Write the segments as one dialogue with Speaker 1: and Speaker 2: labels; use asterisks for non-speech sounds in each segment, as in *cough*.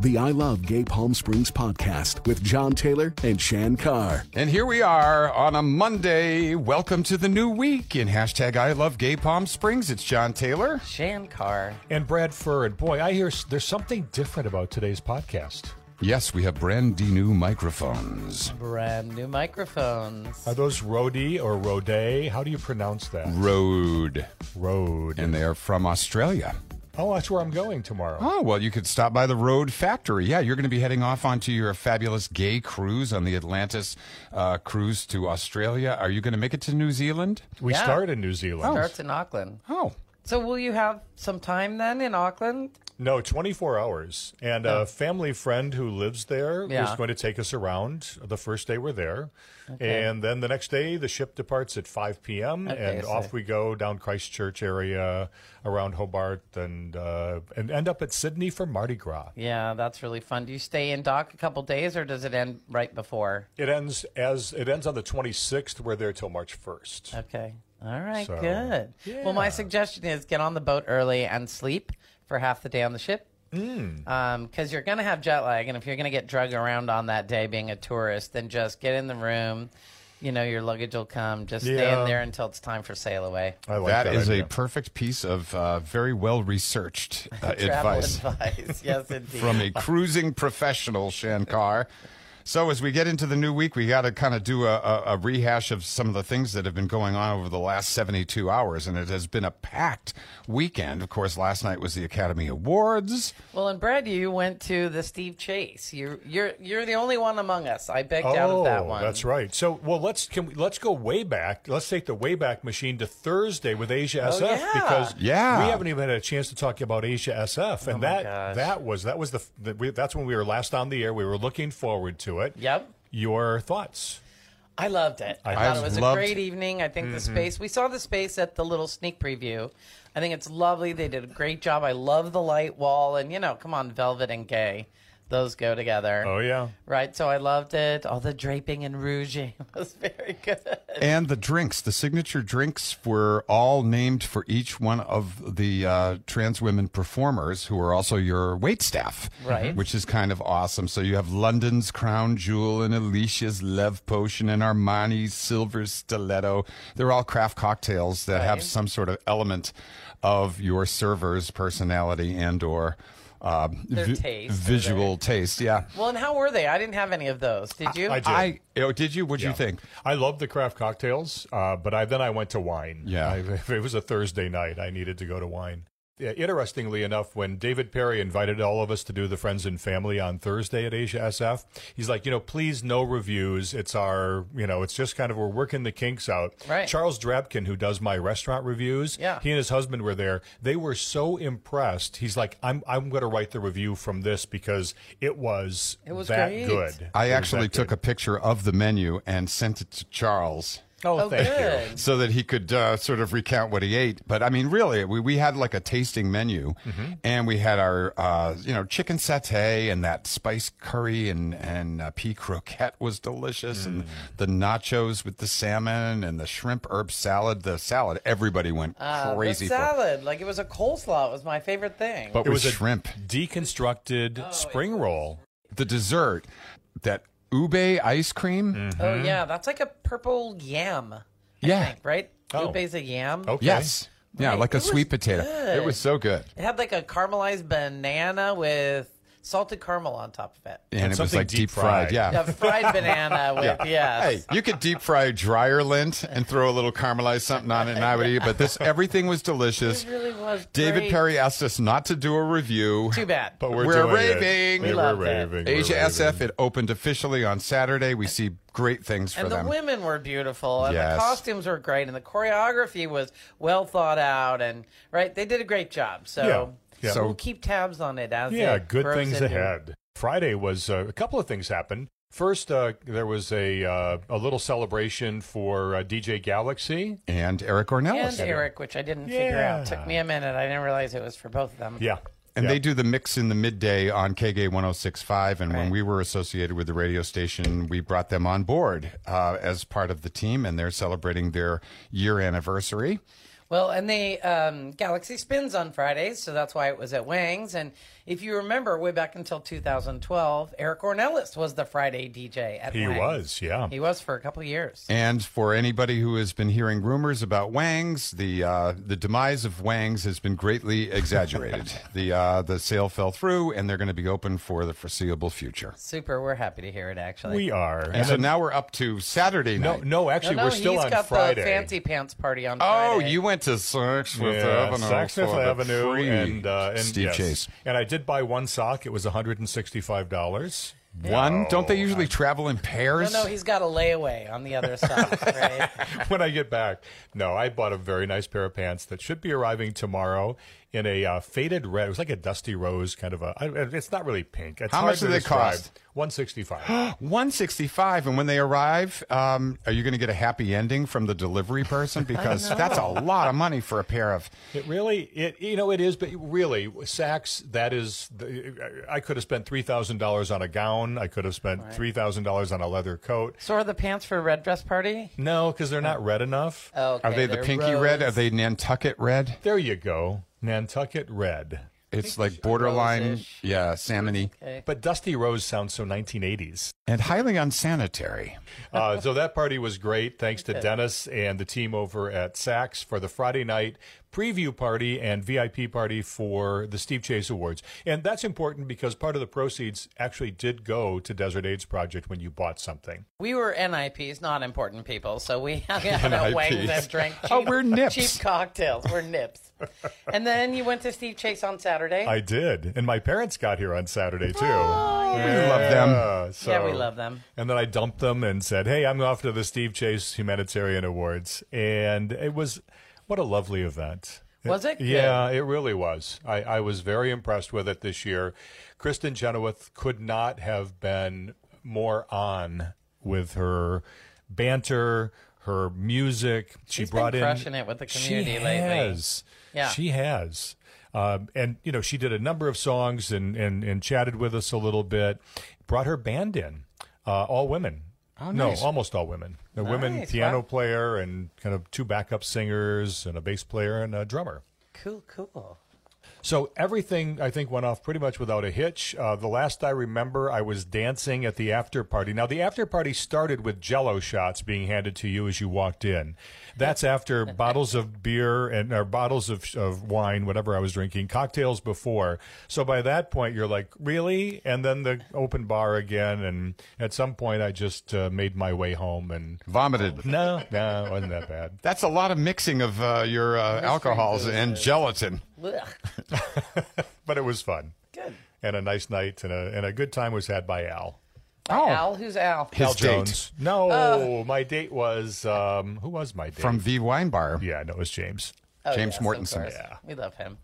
Speaker 1: the I Love Gay Palm Springs podcast with John Taylor and Shan Carr.
Speaker 2: And here we are on a Monday. Welcome to the new week in hashtag I Love Gay Palm Springs. It's John Taylor.
Speaker 3: Shan Carr.
Speaker 4: And Brad Furred. Boy, I hear s- there's something different about today's podcast.
Speaker 2: Yes, we have brand new microphones.
Speaker 3: Brand new microphones.
Speaker 4: Are those Rode or Rode? How do you pronounce that?
Speaker 2: Rode.
Speaker 4: Rode.
Speaker 2: And they are from Australia.
Speaker 4: oh, that's where I'm going tomorrow.
Speaker 2: Oh, well, you could stop by the Road Factory. Yeah, you're going to be heading off onto your fabulous gay cruise on the Atlantis uh, cruise to Australia. Are you going to make it to New Zealand?
Speaker 4: We
Speaker 3: Yeah.
Speaker 4: start in New Zealand.
Speaker 3: Starts in Auckland.
Speaker 2: Oh.
Speaker 3: So will you have some time then in Auckland?
Speaker 4: No, 24 hours. And a family friend who lives there is
Speaker 3: Yeah.
Speaker 4: going to take us around the first day we're there. And then the next day, the ship departs at 5 p.m.
Speaker 3: Okay,
Speaker 4: and
Speaker 3: so-
Speaker 4: off we go down Christchurch area, around Hobart, and, uh, and end up at Sydney for Mardi Gras.
Speaker 3: Yeah, that's really fun. Do you stay in dock a couple days or does it end right before?
Speaker 4: It ends as it ends on the 26th. We're there till March 1st.
Speaker 3: Okay. All right,
Speaker 4: So-
Speaker 3: good. Well, my suggestion is get on the boat early and sleep for half the day on the ship.
Speaker 4: Hmm.
Speaker 3: Because you're going to have jet lag. And if you're going to get drug around on that day being a tourist, then just get in the room. You know, your luggage will come. Just stay
Speaker 4: Yeah.
Speaker 3: in there until it's time for sail away.
Speaker 4: I like
Speaker 2: that is
Speaker 4: idea.
Speaker 2: a perfect piece of uh, very well researched
Speaker 4: *laughs*
Speaker 2: uh,
Speaker 3: Travel
Speaker 2: advice.
Speaker 3: advice. *laughs* yes, indeed.
Speaker 2: from a cruising professional, Shankar. So as we get into the new week, we got to kind of do a, a, a rehash of some of the things that have been going on over the last 72 hours, and it has been a packed weekend. Of course, last night was the Academy Awards.
Speaker 3: Well, and Brad, you went to the Steve Chase. You're you're you're the only one among us. I begged out of that one.
Speaker 4: Oh, That's right. So, well, let's can we, let's go way back. Let's take the way back machine to Thursday with Asia SF
Speaker 3: Oh, yeah.
Speaker 4: because
Speaker 2: Yeah.
Speaker 4: we haven't even had a chance to talk about Asia SF, and that
Speaker 3: Oh, gosh.
Speaker 4: that was that was the, the we, that's when we were last on the air. We were looking forward to it.
Speaker 3: Yep.
Speaker 4: Your thoughts?
Speaker 3: I loved it. I,
Speaker 4: I
Speaker 3: thought it Mm-hmm.
Speaker 2: have
Speaker 3: was a
Speaker 2: loved-
Speaker 3: great evening. I think the space we saw the space at the little sneak preview. I think it's lovely. They did a great job. I love the light wall, and you know, come on, velvet and gay, those go together.
Speaker 4: Oh yeah.
Speaker 3: Right, so I loved it. All the draping and rouging *laughs* was very good.
Speaker 2: And the drinks, the signature drinks were all named for each one of the uh, trans women performers who are also your wait staff.
Speaker 3: Right.
Speaker 2: Which is kind of awesome. So you have London's Crown Jewel and Alicia's Lev Potion and Armani's Silver Stiletto. They're all craft cocktails that have some sort of element of your server's personality and or uh, vi-
Speaker 3: taste or
Speaker 2: visual taste. Yeah.
Speaker 3: Well, and how were they? I didn't have any of those. Did you?
Speaker 4: I did.
Speaker 2: I oh, did you? What'd you think?
Speaker 4: I love the craft cocktails, uh, but I, then I went to wine.
Speaker 2: Yeah.
Speaker 4: I, *laughs* if it was a Thursday night, I needed to go to wine. Yeah, interestingly enough, when David Perry invited all of us to do the Friends and Family on Thursday at Asia SF, he's like, you know, please no reviews. It's our, you know, it's just kind of we're working the kinks out.
Speaker 3: Right.
Speaker 4: Charles Drabkin, who does my restaurant reviews,
Speaker 3: Yeah.
Speaker 4: he and his husband were there. They were so impressed. He's like, I'm I'm going to write the review from this because it was it
Speaker 3: was
Speaker 4: that
Speaker 3: great.
Speaker 4: good.
Speaker 2: I
Speaker 4: It was
Speaker 2: actually
Speaker 4: that
Speaker 2: took
Speaker 4: good.
Speaker 2: a picture of the menu and sent it to Charles
Speaker 4: oh, thank you.
Speaker 3: good.
Speaker 2: so that he could uh, sort of recount what he ate. But I mean, really, we, we had like a tasting menu
Speaker 4: Mm-hmm.
Speaker 2: and we had our, uh, you know, chicken satay and that spice curry and, and uh, pea croquette was delicious
Speaker 4: Mm.
Speaker 2: and the nachos with the salmon and the shrimp herb salad. The salad, everybody went
Speaker 3: Uh,
Speaker 2: crazy
Speaker 3: the
Speaker 2: for.
Speaker 3: salad, like it was a coleslaw. It was my favorite thing.
Speaker 2: But
Speaker 4: It
Speaker 2: with
Speaker 4: was a-
Speaker 2: shrimp,
Speaker 4: deconstructed
Speaker 3: Oh,
Speaker 4: spring roll.
Speaker 2: the dessert, that ube ice cream.
Speaker 4: Mm.
Speaker 3: Oh yeah, that's like a purple yam. I
Speaker 2: Yeah.
Speaker 3: think, right.
Speaker 4: Oh.
Speaker 3: Ube's a yam.
Speaker 4: Okay.
Speaker 2: Yes. Yeah,
Speaker 3: Right,
Speaker 2: like a
Speaker 3: it was
Speaker 2: sweet potato. It
Speaker 3: good.
Speaker 2: was so good.
Speaker 3: It had like a caramelized banana with salted caramel on top of it.
Speaker 2: and,
Speaker 4: And
Speaker 2: it was
Speaker 4: something
Speaker 2: like deep
Speaker 4: deep
Speaker 2: fried.
Speaker 4: fried.
Speaker 2: Yeah.
Speaker 3: A fried banana with
Speaker 2: Hey,
Speaker 3: yes.
Speaker 2: you could deep fry dryer lint and throw a little caramelized something on it, and I would eat. it, But
Speaker 3: *laughs*
Speaker 2: this, everything was delicious.
Speaker 3: It really was
Speaker 2: David
Speaker 3: great.
Speaker 2: Perry asked us not to do a review.
Speaker 3: Too bad.
Speaker 4: But we're,
Speaker 2: We're
Speaker 4: doing it.
Speaker 2: raving. We
Speaker 4: Yeah,
Speaker 3: love
Speaker 4: we're
Speaker 3: that.
Speaker 4: raving. We're
Speaker 2: Asia
Speaker 4: raving.
Speaker 2: SF. It opened officially on Saturday. We see great things for
Speaker 3: and the
Speaker 2: them.
Speaker 3: women were beautiful, and
Speaker 2: Yes.
Speaker 3: the costumes were great, and the choreography was well thought out, and right, they did a great job. So,
Speaker 4: Yeah. Yeah.
Speaker 3: so we'll keep tabs on it as
Speaker 4: Yeah,
Speaker 3: it
Speaker 4: good
Speaker 3: grows
Speaker 4: things
Speaker 3: into-
Speaker 4: ahead. Friday was uh, a couple of things happened. First, uh, there was a uh, a little celebration for uh, DJ Galaxy.
Speaker 2: and Eric
Speaker 3: And
Speaker 2: Ornelas.
Speaker 3: Eric, which I didn't figure out,
Speaker 4: Yeah.
Speaker 3: took me a minute. I didn't realize it was for both of them.
Speaker 4: Yeah,
Speaker 2: And
Speaker 4: Yeah.
Speaker 2: they do the mix in the midday on KG 1065. And when
Speaker 3: Right.
Speaker 2: we were associated with the radio station, we brought them on board uh, as part of the team, and they're celebrating their year anniversary.
Speaker 3: Well, and the um, Galaxy spins on Fridays, so that's why it was at Wang's. And if you remember, way back until 2012, Eric Ornelas was the Friday DJ at
Speaker 4: He
Speaker 3: Wang's.
Speaker 4: was, yeah.
Speaker 3: He was for a couple of years.
Speaker 2: And for anybody who has been hearing rumors about Wang's, the uh, the demise of Wang's has been greatly
Speaker 4: *laughs*
Speaker 2: exaggerated. the uh, the sale fell through, and they're going to be open for the foreseeable future.
Speaker 3: Super. We're happy to hear it, actually.
Speaker 4: we are.
Speaker 2: And so now we're up to Saturday
Speaker 4: no,
Speaker 2: night.
Speaker 4: no,
Speaker 3: No,
Speaker 4: actually,
Speaker 3: no,
Speaker 4: we're still
Speaker 3: he's
Speaker 4: on
Speaker 3: got
Speaker 4: Friday.
Speaker 3: the fancy pants party on
Speaker 2: Oh,
Speaker 3: Friday.
Speaker 2: you went to Saks Fifth
Speaker 4: Yeah,
Speaker 2: Avenue.
Speaker 4: Saks Fifth
Speaker 2: for the
Speaker 4: Avenue
Speaker 2: free
Speaker 4: and, uh, and
Speaker 2: Steve
Speaker 4: yes.
Speaker 2: Chase.
Speaker 4: And I did buy one sock. It was one hundred and sixty-five dollars.
Speaker 2: One? Don't
Speaker 4: Oh,
Speaker 2: they usually travel in
Speaker 3: No,
Speaker 2: pairs?
Speaker 3: no, he's got a layaway on the other side,
Speaker 2: *laughs*
Speaker 3: right?
Speaker 4: *laughs* when I get back. No, I bought a very nice pair of pants that should be arriving tomorrow in a uh, faded red. It was like a dusty rose kind of a. I, it's not really pink. It's
Speaker 2: How
Speaker 4: hard
Speaker 2: much
Speaker 4: to
Speaker 2: do they
Speaker 4: describe.
Speaker 2: cost? *gasps*
Speaker 4: One sixty-five.
Speaker 2: 165 and when they arrive um, are you going to get a happy ending from the delivery
Speaker 3: *laughs*
Speaker 2: person because that's a lot of money for a pair of
Speaker 4: it really, it you know, it is. But really, Saks. That is. The, I could have spent three thousand dollars on a gown. I could have spent three thousand dollars on a leather coat.
Speaker 3: so are the pants for a red dress party?
Speaker 4: No, because they're not red enough.
Speaker 3: Oh, okay,
Speaker 2: are they the
Speaker 3: they're
Speaker 2: pinky red
Speaker 3: rose.
Speaker 2: are they nantucket red
Speaker 4: There you go, Nantucket red.
Speaker 2: it's like borderline
Speaker 3: rose-ish.
Speaker 2: yeah salmony
Speaker 4: But dusty rose sounds so 1980s.
Speaker 2: and highly unsanitary
Speaker 4: uh, so that party was great. Thanks to Dennis and the team over at Saks for the Friday night preview party and VIP party for the Steve Chase Awards. And that's important because part of the proceeds actually did go to Desert AIDS Project when you bought something.
Speaker 3: We were NIPs, not important people, so we *laughs* hung out at Wang's
Speaker 2: NIPs.
Speaker 3: and drank cheap,
Speaker 2: Oh, we're nips.
Speaker 3: cheap cocktails. We're nips. and then you went to Steve Chase on Saturday.
Speaker 4: I did. And my parents got here on Saturday too.
Speaker 2: Oh, we love them
Speaker 4: Uh, so-
Speaker 3: yeah, we love them.
Speaker 4: And then I dumped them and said, "Hey, I'm off to the Steve Chase Humanitarian Awards." And it was what a lovely event.
Speaker 3: Was it?
Speaker 4: Yeah, it really was. I, I was very impressed with it this year. Kristen Chenoweth could not have been more on with her banter, her music. She
Speaker 3: She's been
Speaker 4: brought in
Speaker 3: crushing it with the community
Speaker 4: she
Speaker 3: lately.
Speaker 4: Has.
Speaker 3: Yeah.
Speaker 4: She has. Um, and you know, she did a number of songs and and and chatted with us a little bit. Brought her band in, uh, all women. Oh,
Speaker 2: nice.
Speaker 4: No, almost all women. A women
Speaker 3: Nice,
Speaker 4: piano
Speaker 3: wow.
Speaker 4: player and kind of two backup singers and a bass player and a drummer.
Speaker 3: Cool, cool.
Speaker 4: So everything I think went off pretty much without a hitch. Uh, the last I remember, I was dancing at the after party. Now the after party started with Jello shots being handed to you as you walked in. That's after bottles of beer and or bottles of, of wine, whatever I was drinking, cocktails before. So by that point, you're like, really? And then the open bar again. And at some point, I just uh, made my way home. And *laughs*
Speaker 2: vomited
Speaker 4: no, no, it wasn't that bad.
Speaker 2: that's a lot of mixing of uh, your uh, alcohols and gelatin
Speaker 3: Ugh.
Speaker 4: But it was fun
Speaker 3: Good.
Speaker 4: and a nice night and a and a good time was had by Al.
Speaker 2: Oh.
Speaker 3: Al, who's Al? Oh,
Speaker 2: His
Speaker 4: Al
Speaker 2: date.
Speaker 4: Jones. No, my date was um, who was my date?
Speaker 2: from v wine bar
Speaker 4: yeah, no, it was James.
Speaker 3: Oh,
Speaker 2: James
Speaker 3: yes, of
Speaker 2: Mortensen.
Speaker 3: course.
Speaker 4: Yeah.
Speaker 3: We love him.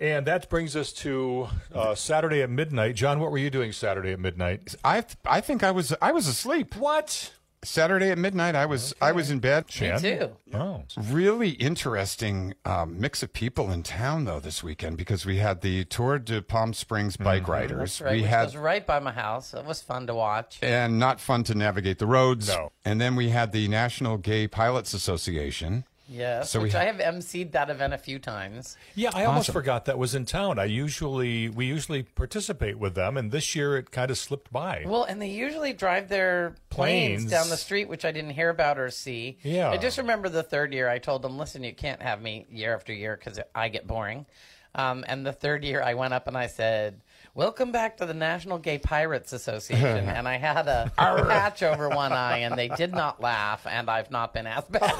Speaker 4: And that brings us to uh, Saturday at midnight. John, what were you doing Saturday at midnight?
Speaker 2: I, I think i was i was asleep
Speaker 4: What?
Speaker 2: saturday at midnight i was i was in bed
Speaker 4: Jan?
Speaker 3: too.
Speaker 4: Oh,
Speaker 2: really interesting um, mix of people in town though this weekend because we had the Tour de Palm Springs bike riders.
Speaker 3: Mm-hmm. Right,
Speaker 2: we
Speaker 3: which
Speaker 2: had
Speaker 3: was right by my house. It was fun to watch.
Speaker 2: and not fun to navigate the roads.
Speaker 4: No.
Speaker 2: And then we had the National Gay Pilots Association.
Speaker 3: Yes,
Speaker 2: So we
Speaker 3: which
Speaker 2: ha-
Speaker 3: I have emceed that event a few times.
Speaker 4: yeah. I almost forgot that was in town. I usually we usually participate with them, and this year it kind of slipped by.
Speaker 3: Well, and they usually drive their planes,
Speaker 4: Planes.
Speaker 3: down the street, which I didn't hear about or see.
Speaker 4: Yeah.
Speaker 3: I just remember the third year I told them, listen, you can't have me year after year because I get boring. Um, and the third year I went up and I said, welcome back to the National Gay Pirates Association.
Speaker 4: *laughs*
Speaker 3: and I had a patch over one eye and they did not laugh. And I've not been asked back.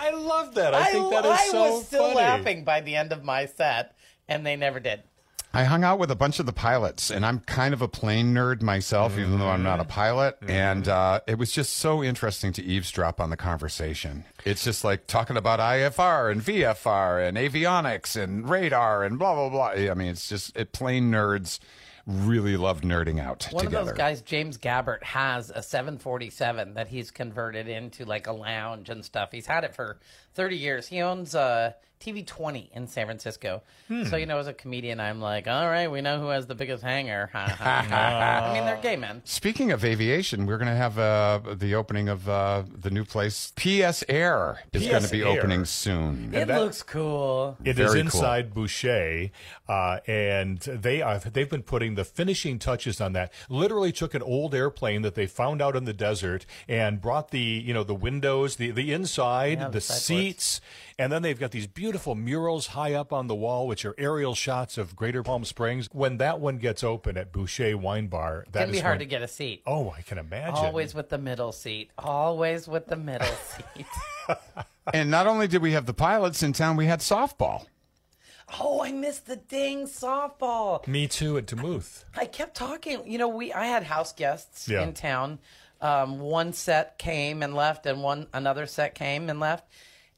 Speaker 4: I love that. *laughs* I, think that is
Speaker 3: I
Speaker 4: so
Speaker 3: was still
Speaker 4: funny.
Speaker 3: laughing by the end of my set and they never did.
Speaker 2: I hung out with a bunch of the pilots, and I'm kind of a plane nerd myself, even though I'm not a
Speaker 3: Mm-hmm.
Speaker 2: pilot. And uh, it was just so interesting to eavesdrop on the conversation. It's just like talking about IFR and VFR and avionics and radar and blah, blah, blah. I mean, it's just it, plane nerds really love nerding out
Speaker 3: One
Speaker 2: together.
Speaker 3: of those guys, James Gabbert, has a 747 that he's converted into like a lounge and stuff. He's had it for 30 years. He owns uh, TV 20 in San Francisco.
Speaker 4: Hmm.
Speaker 3: So, you know, as a comedian, I'm like, all right, we know who has the biggest hanger. Ha, ha,
Speaker 4: *laughs*
Speaker 3: ha. I mean, they're gay men.
Speaker 2: Speaking of aviation, we're going to have uh, the opening of uh, the new place. PS Air is
Speaker 4: PS
Speaker 2: going to be
Speaker 4: Air.
Speaker 2: opening soon.
Speaker 3: It
Speaker 4: that-
Speaker 3: looks cool.
Speaker 4: It is
Speaker 2: Very cool.
Speaker 4: inside Boucher, uh, and they are, they've been putting the finishing touches on that. Literally took an old airplane that they found out in the desert and brought the you know the windows, the the inside,
Speaker 3: Yeah,
Speaker 4: the,
Speaker 3: the sideboards.
Speaker 4: seats, and then they've got these beautiful murals high up on the wall, which are aerial shots of Greater Palm Springs. When that one gets open at Boucher Wine Bar, that
Speaker 3: It's going to
Speaker 4: is
Speaker 3: be hard
Speaker 4: when-
Speaker 3: to get a seat.
Speaker 4: Oh, I can imagine.
Speaker 3: Always with the middle seat. Always with the
Speaker 4: *laughs*
Speaker 3: middle seat.
Speaker 2: And not only did we have the pilots in town, we had softball.
Speaker 3: Oh, I missed the dang softball.
Speaker 4: Me too at Duluth.
Speaker 3: I kept talking. You know, we I had house guests
Speaker 4: Yeah.
Speaker 3: in town. Um, one set came and left, and one another set came and left.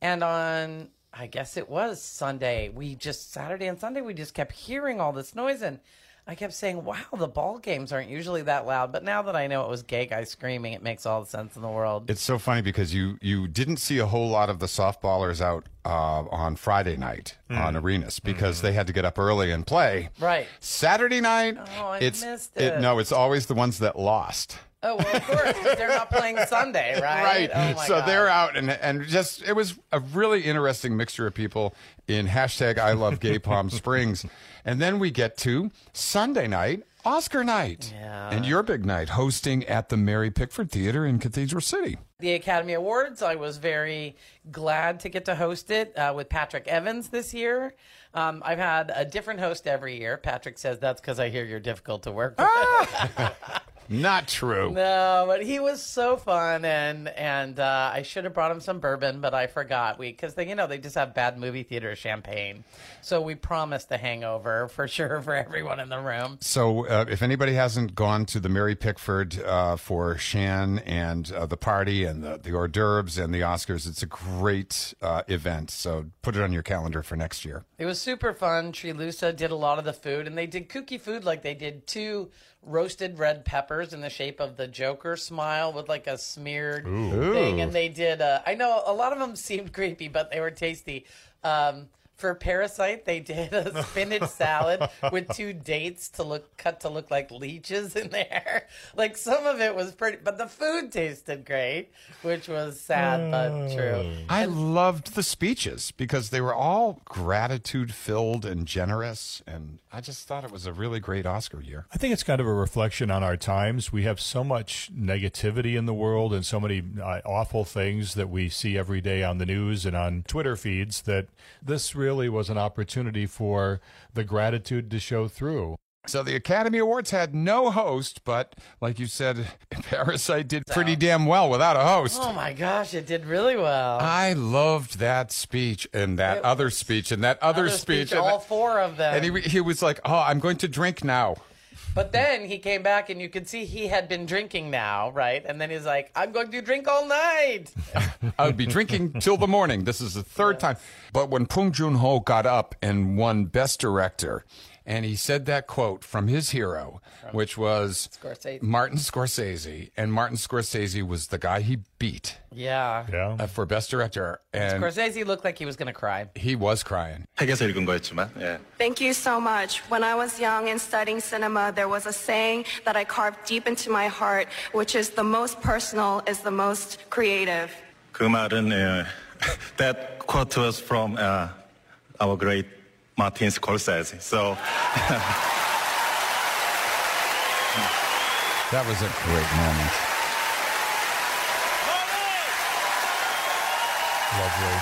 Speaker 3: And on, I guess it was Sunday. We just Saturday and Sunday we just kept hearing all this noise, and I kept saying, "Wow, the ball games aren't usually that loud." But now that I know it was gay guys screaming, it makes all the sense in the world.
Speaker 2: It's so funny because you you didn't see a whole lot of the softballers out uh, on Friday night
Speaker 3: Hmm.
Speaker 2: on arenas because they had to get up early and play.
Speaker 3: Right.
Speaker 2: Saturday night,
Speaker 3: Oh, I
Speaker 2: it's
Speaker 3: missed it.
Speaker 2: no, it's always the ones that lost.
Speaker 3: oh well, of course 'cause they're not playing Sunday,
Speaker 2: *laughs*
Speaker 3: right? Oh my
Speaker 2: so
Speaker 3: God.
Speaker 2: they're out and and just it was a really interesting mixture of people in hashtag I love Gay Palm
Speaker 3: *laughs*
Speaker 2: Springs, and then we get to Sunday night. Oscar night
Speaker 3: Yeah.
Speaker 2: and your big night hosting at the Mary Pickford Theater in Cathedral City.
Speaker 3: the Academy Awards. I was very glad to get to host it uh, with Patrick Evans this year. Um, I've had a different host every year. Patrick says that's because I hear you're difficult to work with.
Speaker 2: Not true.
Speaker 3: No, but he was so fun, and and uh, I should have brought him some bourbon, but I forgot. We because they you know they just have bad movie theater champagne, so we promised a hangover for sure for everyone in the room.
Speaker 2: So, uh, if anybody hasn't gone to the Mary Pickford uh, for Shan and uh, the party and the, the hors d'oeuvres and the Oscars, it's a great uh, event. So, put it on your calendar for next year.
Speaker 3: It was super fun. Trilusa did a lot of the food, and they did kooky food like they did two roasted red peppers in the shape of the Joker smile with like a smeared thing. And they did. Uh, I know a lot of them seemed creepy, but they were tasty. Um, for parasite, they did a spinach salad with two dates to look cut to look like leeches in there. *laughs* Like some of it was pretty, but the food tasted great, which was sad but true.
Speaker 2: I loved the speeches because they were all gratitude filled and generous. And I just thought it was a really great Oscar year.
Speaker 4: I think it's kind of a reflection on our times. We have so much negativity in the world and so many uh, awful things that we see every day on the news and on Twitter feeds that this really was an opportunity for the gratitude to show through.
Speaker 2: So, the Academy Awards had no host, but like you said, *laughs* Parasite did pretty damn well without a host.
Speaker 3: Oh my gosh, it did really well.
Speaker 2: I loved that speech and that other speech and that other,
Speaker 3: Another
Speaker 2: speech. and
Speaker 3: all
Speaker 2: that-
Speaker 3: four of them.
Speaker 2: and he, he was like, "Oh, I'm going to drink now."
Speaker 3: but then he came back, and you could see he had been drinking now, right? And then he's like, "I'm going to drink all night."
Speaker 2: I would be drinking till the morning. This is the third time. But when Pung Joon Ho got up and won Best Director, and he said that quote from his hero, which was
Speaker 3: Scorsese.
Speaker 2: Martin Scorsese, and Martin Scorsese was the guy he beat
Speaker 3: Yeah.
Speaker 4: Yeah.
Speaker 2: uh, for Best Director, and
Speaker 3: Scorsese looked like he was going to cry.
Speaker 2: he was crying.
Speaker 5: 책에서 읽은 거였지만 예.
Speaker 6: Thank you so much. When I was young and studying cinema, there was a saying that I carved deep into my heart, which is the most personal is the most creative.
Speaker 5: 그 말은 예, *laughs* that quote was from uh, our great Martin Scorsese. So
Speaker 2: That was a great moment.
Speaker 4: Lovely.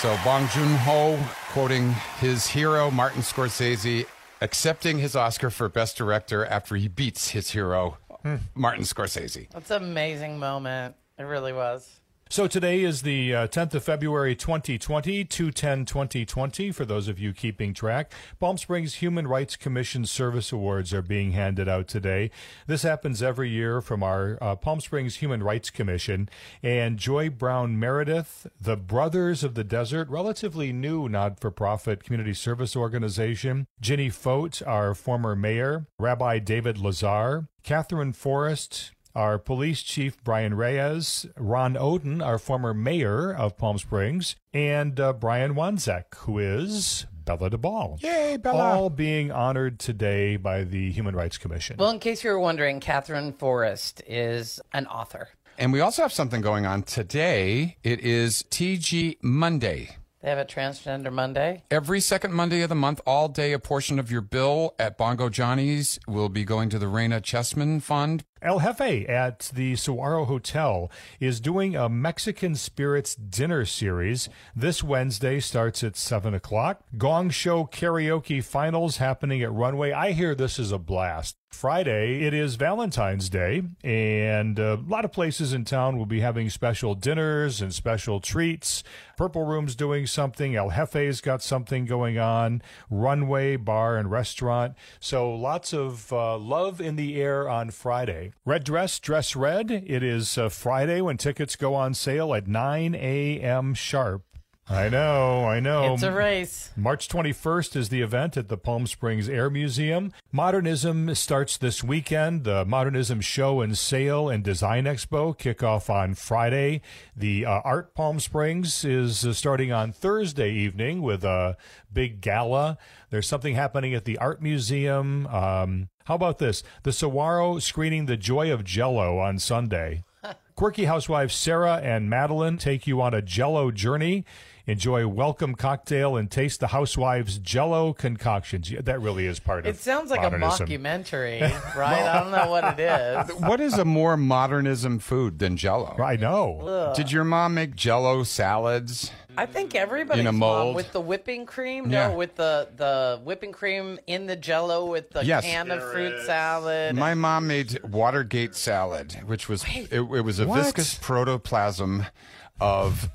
Speaker 2: So Bong Joon Ho quoting his hero Martin Scorsese accepting his Oscar for Best Director after he beats his hero
Speaker 3: Hmm.
Speaker 2: Martin Scorsese.
Speaker 3: That's an amazing moment. It really was.
Speaker 4: So today is the uh, 10th of February 2020, 210 2020, for those of you keeping track. Palm Springs Human Rights Commission Service Awards are being handed out today. This happens every year from our uh, Palm Springs Human Rights Commission. And Joy Brown Meredith, the Brothers of the Desert, relatively new not for profit community service organization. Ginny Fote, our former mayor, Rabbi David Lazar, Catherine Forrest, our police chief, Brian Reyes, Ron Oden, our former mayor of Palm Springs, and uh, Brian Wanzek, who is Bella DeBall.
Speaker 2: Yay, Bella.
Speaker 4: All being honored today by the Human Rights Commission.
Speaker 3: Well, in case you were wondering, Catherine Forrest is an author.
Speaker 2: And we also have something going on today. It is TG Monday.
Speaker 3: They have a Transgender Monday.
Speaker 2: Every second Monday of the month, all day, a portion of your bill at Bongo Johnny's will be going to the Raina Chessman Fund.
Speaker 4: El Jefe at the Saguaro Hotel is doing a Mexican Spirits dinner series. This Wednesday starts at 7 o'clock. Gong Show Karaoke Finals happening at Runway. I hear this is a blast. Friday, it is Valentine's Day, and uh, a lot of places in town will be having special dinners and special treats. Purple Room's doing something. El Jefe's got something going on. Runway Bar and Restaurant. So lots of uh, love in the air on Friday. Red Dress, Dress Red. It is uh, Friday when tickets go on sale at 9 a.m. sharp. I know, I know.
Speaker 3: It's a race.
Speaker 4: March 21st is the event at the Palm Springs Air Museum. Modernism starts this weekend. The Modernism Show and Sale and Design Expo kick off on Friday. The uh, Art Palm Springs is uh, starting on Thursday evening with a big gala. There's something happening at the Art Museum. Um, how about this? The Saguaro screening The Joy of Jello on Sunday. Quirky housewives Sarah and Madeline take you on a jello journey. Enjoy welcome cocktail and taste the housewives' jello concoctions. Yeah, that really is part of
Speaker 3: It sounds like
Speaker 4: modernism.
Speaker 3: a mockumentary, right? I don't know what it is.
Speaker 2: What is a more modernism food than jello?
Speaker 4: I know.
Speaker 2: Did your mom make jello salads?
Speaker 3: I think everybody's
Speaker 2: In a
Speaker 3: mom
Speaker 2: mold.
Speaker 3: with the whipping cream.
Speaker 2: Yeah.
Speaker 3: No, with the the whipping cream in the Jello with the
Speaker 2: Yes.
Speaker 3: can of fruit salad.
Speaker 2: My mom made Watergate salad, which was it, it was a
Speaker 4: What?
Speaker 2: viscous protoplasm
Speaker 3: *laughs*
Speaker 2: of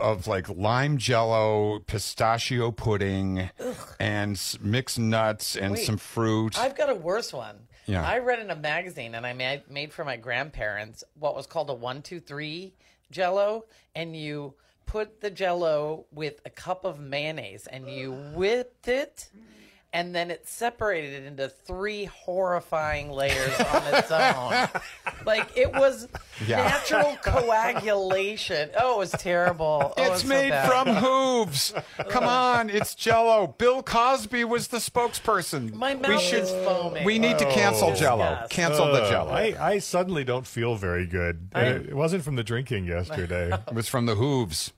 Speaker 2: of like lime jello, pistachio pudding, and s- mixed nuts and
Speaker 3: Wait.
Speaker 2: some fruit.
Speaker 3: I've got a worse one.
Speaker 2: Yeah.
Speaker 3: I read in a magazine and I made, made for my grandparents what was called a one, two, three jello. And you put the jello with a cup of mayonnaise and you whipped it. And then it separated into three horrifying layers on
Speaker 2: *laughs*
Speaker 3: its own. like it was
Speaker 2: Yeah.
Speaker 3: natural coagulation. Oh, it was terrible. Oh, it was
Speaker 2: it's
Speaker 3: so
Speaker 2: made
Speaker 3: bad. *laughs*
Speaker 2: from hooves. Come on, it's jello. Bill Cosby was the spokesperson.
Speaker 3: My mouth is foaming.
Speaker 2: We need to cancel
Speaker 3: Oh.
Speaker 2: jello.
Speaker 3: Yes.
Speaker 2: Cancel the jello.
Speaker 4: Uh, I, I suddenly don't feel very good. And it wasn't from the drinking yesterday.
Speaker 3: *laughs*
Speaker 2: it was from the hooves.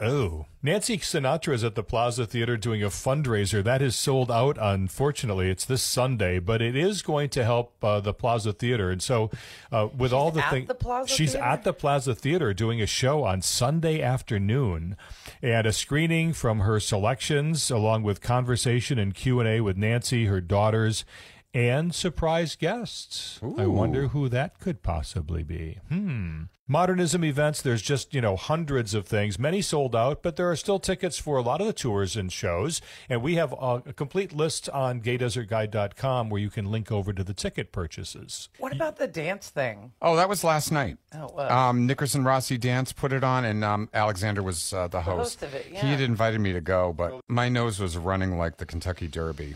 Speaker 4: oh. Nancy Sinatra is at the Plaza Theater doing a fundraiser. That is sold out, unfortunately. It's this Sunday, but it is going to help uh, the Plaza Theater. And so, uh, with all the
Speaker 3: at
Speaker 4: things.
Speaker 3: the Plaza
Speaker 4: she's
Speaker 3: Theater?
Speaker 4: at the Plaza Theater doing a show on Sunday afternoon and a screening from her selections along with conversation and Q&A with Nancy, her daughters, and surprise guests. I wonder who that could possibly be. Hmm. Modernism events, there's just, you know, hundreds of things. Many sold out, but there are still tickets for a lot of the tours and shows. And we have a, a complete list on gaydesertguide.com where you can link over to the ticket purchases.
Speaker 3: What about the dance thing?
Speaker 2: Oh, that was last night.
Speaker 3: Oh, it was.
Speaker 2: Um, Nickerson Rossi Dance put it on, and um, Alexander was uh, the host.
Speaker 3: host of it,
Speaker 2: He
Speaker 3: yeah.
Speaker 2: had invited me to go, but my nose was running like the Kentucky Derby.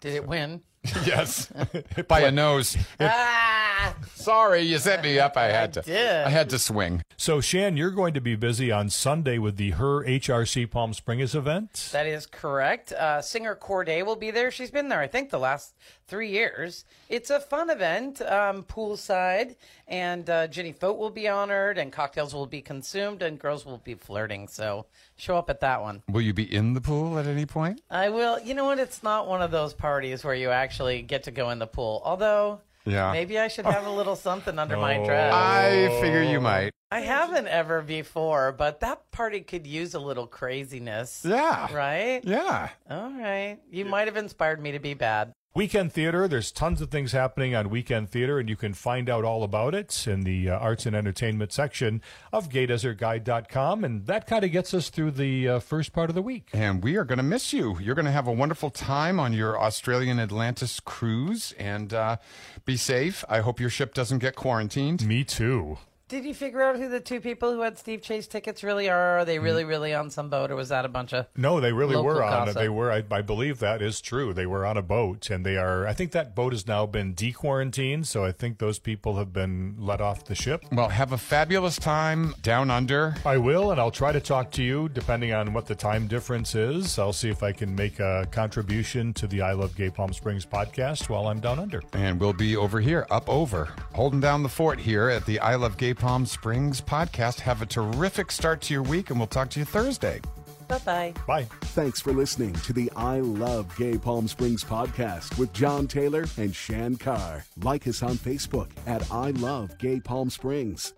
Speaker 3: Did it win?
Speaker 2: yes, *laughs* by a nose.
Speaker 3: ah!
Speaker 2: Sorry, you set me
Speaker 3: *laughs*
Speaker 2: up. I had to.
Speaker 3: did.
Speaker 2: I had to swing.
Speaker 4: So, Shan, you're going to be busy on Sunday with the Her HRC Palm Springs event.
Speaker 3: That is correct. Uh, singer Corday will be there. She's been there, I think, the last three years. It's a fun event, um, poolside, and uh, Jenny Fote will be honored, and cocktails will be consumed, and girls will be flirting. So show up at that one.
Speaker 2: Will you be in the pool at any point?
Speaker 3: I will. You know what? It's not one of those parties where you actually get to go in the pool. Although,
Speaker 2: Yeah.
Speaker 3: maybe I should have a little something under my dress.
Speaker 2: I figure you might.
Speaker 3: I haven't ever before, but that party could use a little craziness.
Speaker 2: Yeah.
Speaker 3: Right?
Speaker 2: Yeah.
Speaker 3: All right. You might have inspired me to be bad.
Speaker 4: Weekend Theater, there's tons of things happening on Weekend Theater, and you can find out all about it in the uh, arts and entertainment section of gaydesertguide.com. And that kind of gets us through the uh, first part of the week.
Speaker 2: And we are going to miss you. You're going to have a wonderful time on your Australian Atlantis cruise and uh, be safe. I hope your ship doesn't get quarantined.
Speaker 4: Me too.
Speaker 3: Did you figure out who the two people who had Steve Chase tickets really are? Are they really, really on some boat, or was that a bunch of?
Speaker 4: No, they really
Speaker 3: Local
Speaker 4: were on.
Speaker 3: gossip.
Speaker 4: They were. I, I believe that is true. They were on a boat, and they are. I think that boat has now been de-quarantined, so I think those people have been let off the ship.
Speaker 2: Well, have a fabulous time down under.
Speaker 4: I will, and I'll try to talk to you depending on what the time difference is. I'll see if I can make a contribution to the I Love Gay Palm Springs podcast while I'm down under.
Speaker 2: And we'll be over here, up over, holding down the fort here at the I Love Gay Palm Springs podcast. Have a terrific start to your week, and we'll talk to you Thursday.
Speaker 3: Bye bye.
Speaker 4: Bye.
Speaker 1: Thanks for listening to the I Love Gay Palm Springs podcast with John Taylor and Shan Carr. Like us on Facebook at I Love Gay Palm Springs.